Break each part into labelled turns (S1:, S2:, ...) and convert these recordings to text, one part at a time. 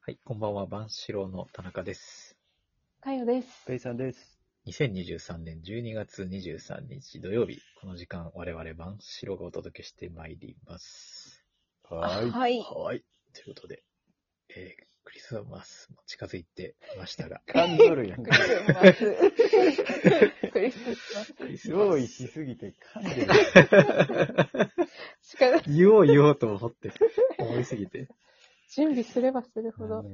S1: はい、こんばんは、万志郎の田中です。
S2: かよです。
S3: ペイさんです。
S1: 2023年12月23日土曜日、この時間、我々万志郎がお届けしてまいります。
S3: は
S2: はい。
S1: はい、ということで、えークリスマスも近づいてきま したが、
S3: い。感じるやん
S2: ク。リスマス。クリスマス。
S1: ク リスマ
S3: 用意
S1: ス。
S3: しすぎて噛んでる。
S2: しか
S1: 言おう言おうと思って、思いすぎて。
S2: 準備すればするほど。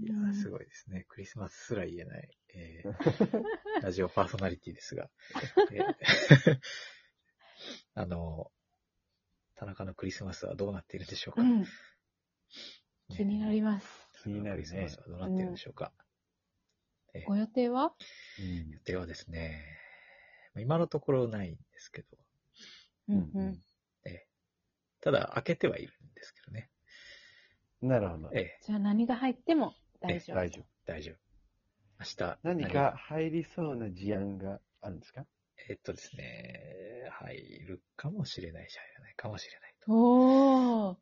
S1: いやー、すごいですね。クリスマスすら言えない、えー ラジオパーソナリティですが。えー あの、田中のクリスマスはどうなっているでしょう
S2: う
S1: か、
S2: ん。気になります。
S3: 気に
S1: ク
S3: なる
S1: リスマ
S3: ね
S1: ス。はどうなっているでしょうか、え
S2: ご予定は
S3: うん
S1: 予定はですね、まあ今のところないんですけど、
S2: う
S3: うん
S2: ん
S1: ただ開けてはいるんですけどね。
S3: なるほど。
S1: ええ、
S2: じゃあ何が入っても大丈
S3: 大
S2: 夫。
S3: 丈夫。
S1: 大丈夫。明日。
S3: 何か入りそうな事案があるんですか
S1: えっとですね、入るかもしれないし、入らないかもしれない
S2: おー。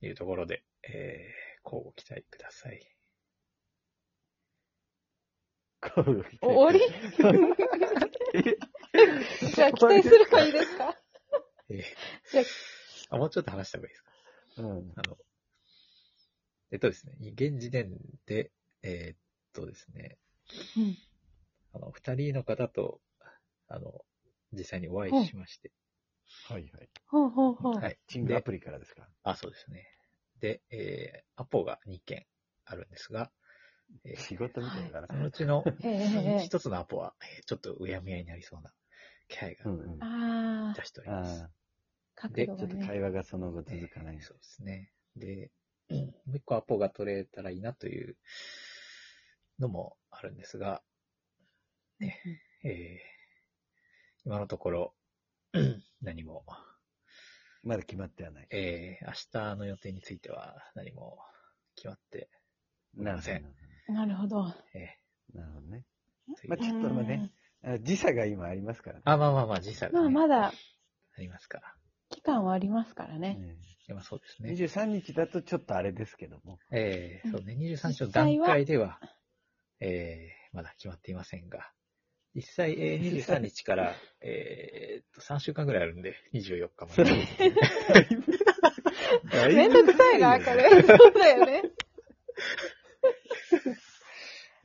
S1: というところで、えー、交互期待ください。
S2: 終わり じゃあ期待する感じですか
S1: えー
S2: じゃあ
S1: あ、もうちょっと話した方がいいですか
S3: うん。
S1: あの、えっとですね、現時点で、えーっとですね、
S2: うん
S1: あの、二人の方と、あの、実際にお会いしまして、
S3: はいはい。
S2: ほうほうほう。
S1: はい。
S3: チングア
S1: で
S3: プリからですか
S1: あ、そうですね。で、えー、アポが2件あるんですが、えー
S3: 仕事みたいだな
S1: そ。のうちの
S2: ええ ええ。
S1: 一つのアポは、えーちょっとうやむやになりそうな気配が
S3: うんうん。
S2: あ
S3: あ
S2: ー
S1: 出しております。
S3: あ
S2: 角度
S3: ー、ちょ
S2: が
S3: っと
S2: ね。
S3: 会話がその後続かない
S1: えー。そうですね。で、うんもう一個アポが取れたらいいなというのもあるんですが、ねえー今のところ、うん何も、
S3: まだ決まってはない。
S1: えー明日の予定については何も決まって、
S3: なるほど
S1: すいま
S2: なるほど。
S1: え
S3: なるほどね。
S1: ーという
S3: まあちょっとねあ時差が今ありますからね。
S1: あ、まあまあまあ、時差
S2: うん。
S1: が、
S2: ま
S1: ね
S2: あまだ
S1: ありますから。
S2: 期間はありますからね。
S3: ね
S1: でもそうですね。
S3: 23日だとちょっとあれですけども。
S1: えーそうね、23章
S2: 実際
S1: 段
S2: は
S1: 階では、えーまだ決まっていませんが、実際、 えー、23日から、えーっと、3週間ぐらいあるんで、24日まで。
S3: だい
S2: めんどくさいな、こ れ。そうだよね。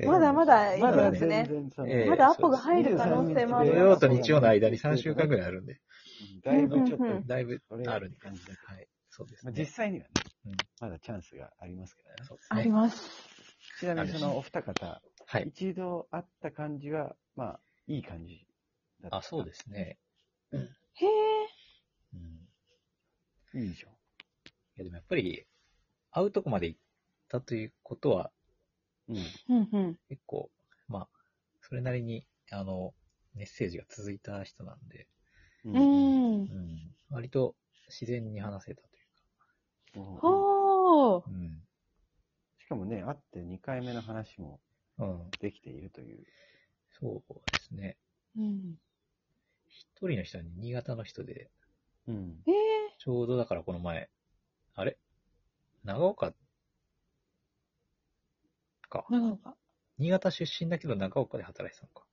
S1: えー
S2: まだまだ
S3: まだ
S2: そうで
S3: 全
S2: す
S3: 然その、
S1: ええ
S2: まだアポが入る可能性もあ
S1: 土
S2: る
S3: そう
S1: 曜
S3: です
S1: と日曜の間に3週間ぐ
S3: い。
S1: らいあるんで、
S3: だいぶちょっと、
S2: うんうんうん
S1: だいぶ
S3: それ
S1: あるんで
S3: 感じだけど
S1: はい。そうです
S3: まあ
S1: ね。
S3: 実際にはね
S1: うん、
S3: まだチャンスがありますけどね。
S1: そうです
S2: あり
S1: ね。
S2: ます。
S3: ちなみにそのお二方、
S1: はい。
S3: 一度会った感じは、まあ、いい感じだった。
S1: あ、そうですね。
S2: へえ。
S1: うん。い
S3: す。いいでしょ。
S1: や、でもやっぱり、会うとこまで行ったということは、
S3: うん。
S2: うんうん。
S1: 結構、まあ、それなりに、あの、メッセージが続いた人なんで、
S3: う
S2: う。ん
S1: う。ん、割と自然に話せたという
S3: うん
S2: ほー。
S1: か、
S3: しかもね、会って2回目の話も
S1: うん、うん、
S3: できているという。
S1: そうですね。
S2: うん。
S1: 一人の人は新潟の人で、
S3: うん。
S2: え
S1: ちょうどだからこの前、あれ長岡か
S2: ー、。長岡。
S1: 新潟出身だけど長岡で働いてたのか。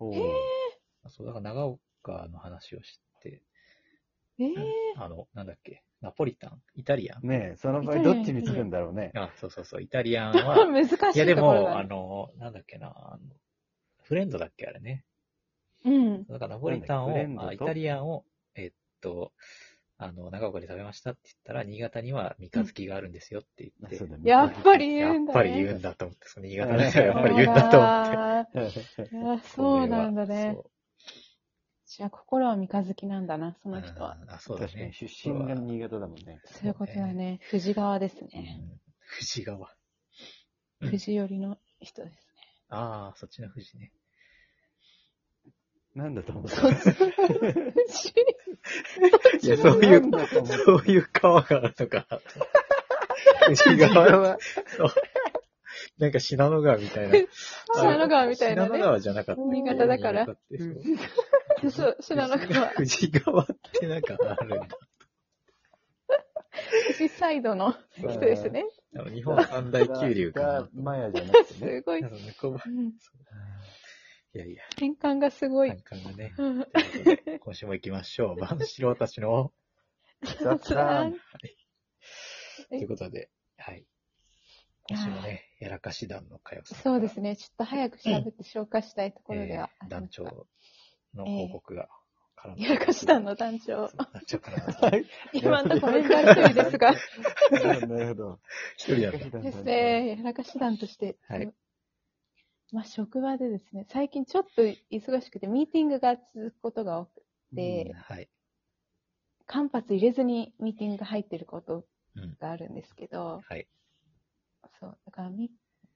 S3: おー
S2: へー
S1: あそう、だから長岡の話をして、
S2: えー、
S1: あの、なんだっけ、ナポリタンイタリアン
S3: ねえ、その場合どっちにつくんだろうね。
S1: あ、そうそうそう、イタリアンは、
S2: 難しいところだ、ね。
S1: いやでも、あの、なんだっけな、あのフレンドだっけあれね。
S2: うん。
S1: だからナポリタンを、
S3: なんだっけフレンドと
S1: あイタリアンを、えっと、あの、長岡で食べましたって言ったら、新潟には三日月があるんですよって言って、
S3: そうだね
S2: やっぱり
S1: や
S2: 言うん
S1: っ
S2: だ、ね。
S1: ぱり言うんだと思って、その新潟の人はやっぱり言うんだと思って。
S2: だと思って。そうなんだね
S1: そ。う。
S2: じゃあ、心は三日月なんだな、その人は。
S1: あ、そうだ
S3: 確かに
S1: ね。
S3: 出身が新潟だもんね。
S2: そういうことだね。富士川ですね。
S1: 富士川。うん
S2: 富士寄りの 人ですね。
S1: ああ、そっちの富士ね。
S3: なんだと思う
S2: そっち富士
S1: いや、そうい
S3: なん
S1: う、
S3: だと思う
S1: そういう川があるの かな。富士川は、そう。なんか信濃川みたいな。
S2: 信濃川みたいな
S1: 信濃
S2: ね。
S1: 川じゃなかった。
S2: 新潟だから
S1: 新潟ってそう
S2: そう、信濃川。
S1: 富士川ってなんかあるんだ。
S2: 富士サイドの人ですね。
S1: あの日本三大急流かな
S3: が。マヤじゃなくてね。
S2: すごい。
S1: あの猫ば
S2: うん
S1: いやいや、
S2: 変換がすごい
S1: 難。関がね。
S2: うん
S1: ということで、今週も行きましょう。万志郎たちの、
S3: 雑談。
S1: ということで、はい。今週もね、やらかし団の会を
S2: そうですね。ちょっと早く喋って消化したいところ
S1: え
S2: ではあ
S1: ー
S2: りますが。
S1: 団長の報告が、絡んで
S2: やらかし団の団長。
S1: 団長からの
S3: はい。
S2: 今のところ団長位です が、
S3: なるほどなるほど。
S1: 一人なんだ。
S2: ですね。やらかし団として。
S1: はい
S2: まあ、職場でですね、最近ちょっと忙しくて、ミーティングが続くことが多く、で
S1: うんはい。
S2: 間髪入れずにミーティングが入ってること
S1: うん。
S2: があるんですけど、
S1: はい。
S2: そう、だからミー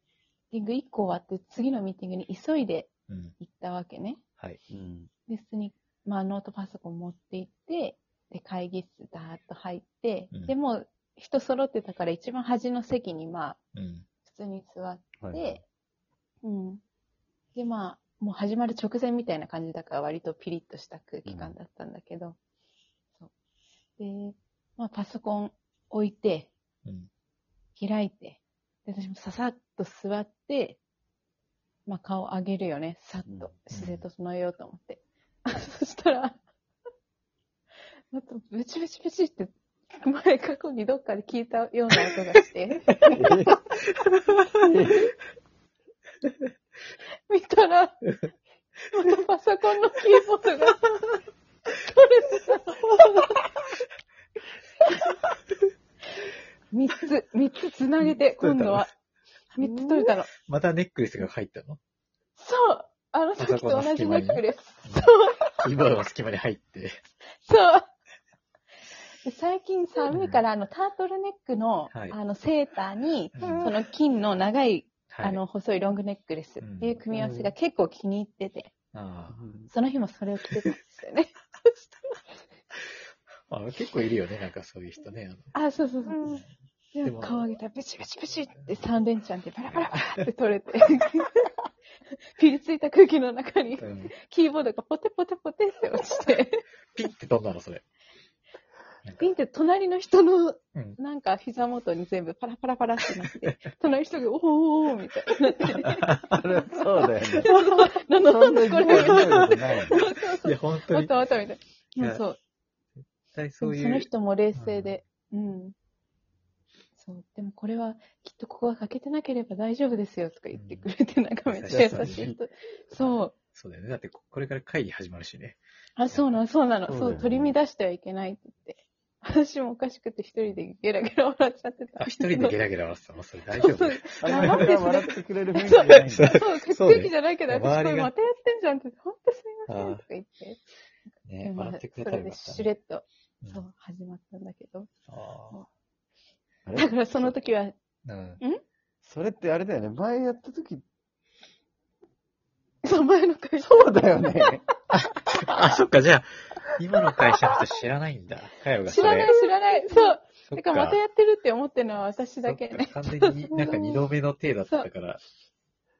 S2: ティング1個終わって、次のミーティングに急いで
S1: うん。
S2: 行ったわけね。
S1: はい。
S3: うん。
S2: で、普通に、まあ、ノートパソコン持って行って、で、会議室だーっと入って、
S1: うん
S2: でもう人揃ってたから一番端の席に、まあ、
S1: うん。
S2: 普通に座っ
S3: はい
S2: て、うん。で、まあ、もう始まる直前みたいな感じだから割とピリッとした空気感だったんだけど、そう。で、まあ、パソコン置いて、
S1: うん。
S2: 開いて、で私もささっと座って、まあ、顔上げるよね、さっ
S3: うんうん
S2: と、姿勢整えようと思って。 そしたら、またブチブチブチって、前過去にどっかで聞いたような音がして、見たら、またパソコンのキーボードが取れてた。3つ、三つつなげて、今度は。
S1: 取れた
S2: 3つ取れたの。
S1: またネックレスが入ったの
S2: そうあの時と同じネックレス。
S1: イボの隙間に入って。
S2: そう。で最近寒いから、あの、タートルネックの、
S1: はい
S2: あの、セーターに、
S1: うん
S2: その金の長い、
S1: はい。
S2: あの、細いロングネックレスっていう組み合わせが結構気に入ってて、
S1: あ
S2: その日もそれを着てたんですよね。
S1: あ。あ結構いるよね、なんかそういう人ね。あの
S2: あ、そうそうそう。
S1: で
S2: で
S1: も
S2: も顔上げたら、ブチブチブチって三連チャンでバラバラバラって取れて、ピリついた空気の中に、
S1: うん、
S2: キーボードがポテポテポテって落ちて、
S1: ピッて飛んだの、それ。
S2: ピンって隣の人の
S1: うん。
S2: なんか膝元に全部パラパラパラってなって、隣の人がおーおーおーみたいになって、
S3: あれ、そうだよね。
S2: なんだな
S3: そん
S2: ん
S3: な
S2: だ
S3: に
S2: こ
S3: こ
S2: れ、そう
S3: ことないの。
S2: そう そ
S1: いうや、本当
S2: おっ
S1: に。
S2: とおっとみたいな。
S1: い
S2: も
S1: や
S2: うそう。
S1: 絶対
S2: で
S1: そ
S2: も
S1: う
S2: その
S1: いう。
S2: 人も冷静で。うん。そう。でもこれはきっとここが欠けてなければ大丈夫ですよとか言ってくれて、なんかめっちゃ優しい人。そう。
S1: そうだよね。だって、ここれから会議始まるしね。
S2: あ、そうなの、そうなの。
S3: そうだ
S2: そ
S3: よ
S2: う、
S3: ね
S2: 取り乱してはいけないって言って。私もおかしくて一人でゲラゲラ笑っちゃってた。
S1: あ、 一人でゲラゲラ笑ってたの、それ大丈夫
S2: そう
S3: あれ、
S2: 黙って
S3: 俺が笑ってくれる雰囲気じゃないん
S1: そう
S3: だ。
S2: そう、血液じゃないけど、
S1: そう
S2: 私
S1: ね
S2: こ
S1: 周
S2: れ
S1: りが
S2: またやってんじゃんって、ほんとすいませんとか言って。
S1: ね、
S2: まあ
S1: 笑ってくれ
S2: そ
S1: たら
S2: れ
S1: よ
S2: で
S1: かったね。
S2: しれっと、
S1: うん
S2: そう、始まったんだけど。
S1: あ
S3: あ
S2: だ
S3: れ
S2: からその時は、
S1: あ。うん。
S3: それってあれだよね。前やった時、
S2: そう、前の会社。
S3: そうだよね。
S1: あ、そっか、じゃあ、今の会社の人知らないんだ。かよが
S2: 知
S1: それ。
S2: らない、知らない。そう。
S1: そっ
S2: だからまたやってるって思ってるのは私だけね。
S1: そっか完全に、なんか二度目の手だったから。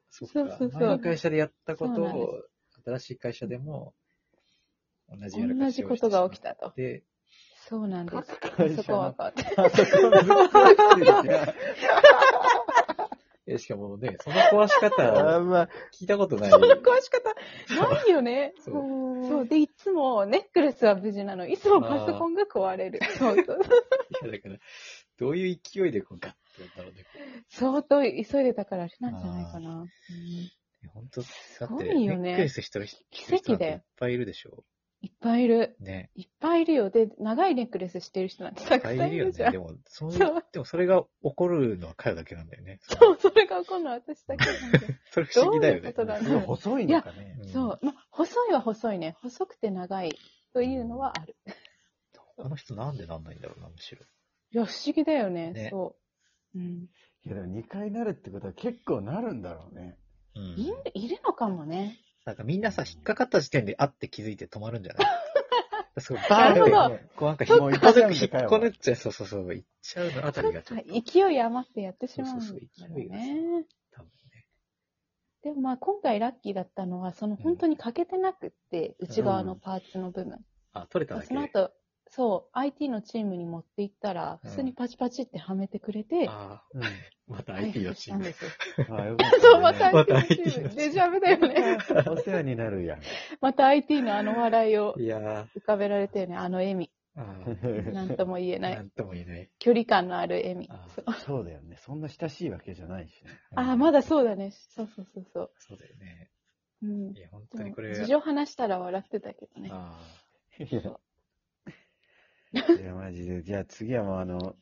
S1: そっか。
S2: そうそうそう
S1: 前の会社でやったこと
S2: そうなん
S1: を、新しい会社でも、同じやら
S2: 同
S1: かし
S2: じ
S1: を
S2: ことが 起きたと。
S1: で、
S2: そうなんです。
S3: 会社
S2: そ
S3: の
S2: こは変わって。
S3: あそこぶっ 壊してるじゃん
S1: えしかもね、その壊し
S3: あ
S1: 方、
S3: んま、
S1: 聞いたことない。
S2: その壊し方、ないよね。
S1: そ
S2: そう
S1: う。
S2: そう。で、いつもネックレスは無事なの。いつもパソコンが壊れる。そうそう。
S1: いやだから、どういう勢いでこうガッとやったのね。
S2: 相当急いでたからあれなんじゃないかな。うん
S1: 本当だって、
S2: ごい
S1: ネ
S2: よね
S1: ックレスしてる人、
S2: 奇跡だよ
S1: いっぱいいるでしょ
S2: いっぱいいる。
S1: う。ね。
S2: いっぱいいるよ。で、長いネックレスしてる人なんてた
S1: いっ
S2: く
S1: ぱ
S2: さ
S1: いい
S2: んい
S1: るよ
S2: る
S1: ね。
S2: じゃん。
S1: でも、そう
S2: そう
S1: でもそれが起こるのはかよだけなんだよね。
S2: そう、それが起こるのは私だけなんだよ。
S1: それ不思議だよね。
S2: どういうことだろ
S3: すごい細いのかね。
S1: うん
S2: そう。まあ、細いは細いね。細くて長いというのはある。
S1: あの人なんでなんないんだろうな、むしろ。
S2: いや、不思議だよね。
S1: ね
S2: そう。うん。
S3: いや、でも2回なるってことは結構なるんだろうね。
S1: う
S2: いる
S1: ん。、
S2: いるのかもね。
S1: なんかみんなさ、引っかかった時点で、あって気づいて止まるんじゃ ないすごい、
S2: な
S1: バ
S2: るほ
S1: ーンっ
S2: ど
S1: て、こうなんか
S3: そ
S1: 引
S3: っか
S1: っこ抜く、
S3: もう行っちゃうんだ
S1: 引っこ抜っちゃう、そうそうそう、行っちゃうのあた
S2: そ
S1: り
S2: っ
S1: がちょ
S2: か
S1: っと、
S2: 勢い余ってやってしまうんだ
S1: そう
S2: ろ
S1: そうそう勢いうがさ
S2: ね。
S1: 多分ね。
S2: でもまあ、今回ラッキーだったのは、その本当に欠けてなくって、内側のパーツの部分。
S1: あ、取れただけ
S2: その
S1: で。
S2: 後、そう、IT のチームに持っていったら、
S1: うん
S2: 普通にパチパチってはめてくれて、
S1: あ
S3: うん。
S1: あ、また
S2: 開
S1: IT の
S2: 発し
S1: チ
S2: た
S1: ー
S2: ん
S1: ム。
S2: ですよ。
S3: ああ、よかった、ね。
S2: そう、また IT
S1: また
S2: のチー
S1: IT の
S2: ム。デジャブだよね。
S3: お世話になるやん。
S2: また IT のあの笑いを
S1: いやー
S2: 浮かべられたよね。あの 笑み。
S1: あ
S2: なんとも言え
S1: あ、
S2: な。
S1: ないんとも言えない。
S2: 距離感のある笑み。
S1: あ
S2: そう
S3: そうだよね。そんな親しいわけじゃないしね。
S2: ああ、ま
S1: だ。
S2: だそうだね。そうそうそうそう。
S1: そうだよね。
S2: うん
S1: い。や、本当
S2: で
S1: に
S2: も
S1: これ、
S2: 事情話したら笑ってたけどね。
S1: ああ、
S3: いや
S2: そう
S3: いや、マジで。じゃあ次はもうあの、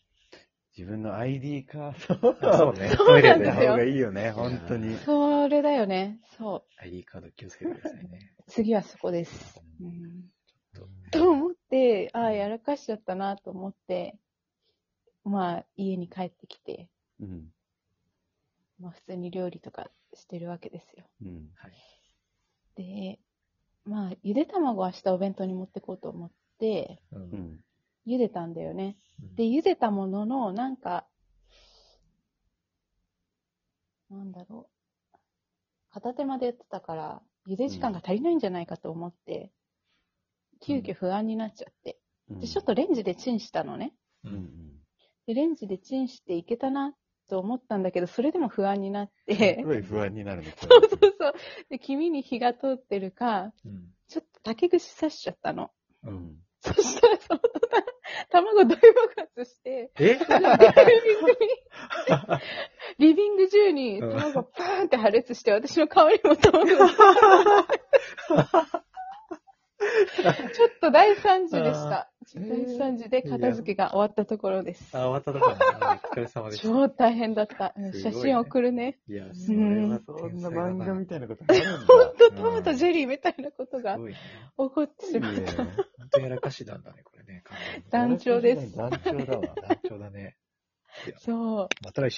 S3: 自分の ID カードを
S1: あそうね。
S2: そうなん
S3: 出
S2: で
S3: た
S2: す
S3: 方
S2: よ
S3: がいいよね、本当に。
S2: それだよね。そう。
S1: ID カード気をつけてくださいね。
S2: 次はそこです。うん、と
S1: うん
S2: 思って、ああ、やらかしちゃったなと思って、まあ、家に帰ってきて、
S3: うん。
S2: まあ、普通に料理とかしてるわけですよ。
S3: うん。
S1: はい。
S2: で、まあ、ゆで卵は明日お弁当に持ってこうと思って、
S1: う。
S3: うんん。
S2: 茹でたんだよね。
S1: うん
S2: で、茹でたものの、なんか、なんだろう。片手までやってたから、茹で時間が足りないんじゃないかと思って、急遽不安になっちゃって。
S3: うん
S2: で、ちょっと、レンジでチンしたのね。
S1: う。
S3: うんん。
S2: で、レンジでチンしていけたなと思ったんだけど、それでも不安になっ
S3: す
S2: て、
S3: ごい不安になるの。
S2: そうそうそう。で、黄身に火が通ってるか、
S1: うん。
S2: ちょっと竹串刺しちゃったの。
S1: う。
S3: うんん。
S2: そしたら、その卵大爆発して、
S1: え
S2: リビング中に
S1: うん
S2: 卵がパーンって破裂して、私の顔にも卵が。ちょっと大惨事でした。
S1: あー
S2: 大惨事で片付けが終わったところです。
S1: あ、終わったところだな。お疲れ様でした。
S2: 超大変だった。うん
S1: すごいね
S2: 写真送るね。
S1: いや、
S2: う
S1: それは
S2: ん
S3: そ
S1: 天
S3: ん
S1: 才
S3: な
S1: だ
S3: 漫
S1: な。
S3: 画みたいなことあるんだ。
S2: ほんとトマトジェリーみたいなこと
S1: す
S2: が起
S1: ごいね。
S2: こってしまう。
S3: いいね
S1: 本当やらかしなんだね、これね。完全に
S2: 団長です
S3: 団長だわ。
S1: 団長だね。
S2: そう。
S1: また来週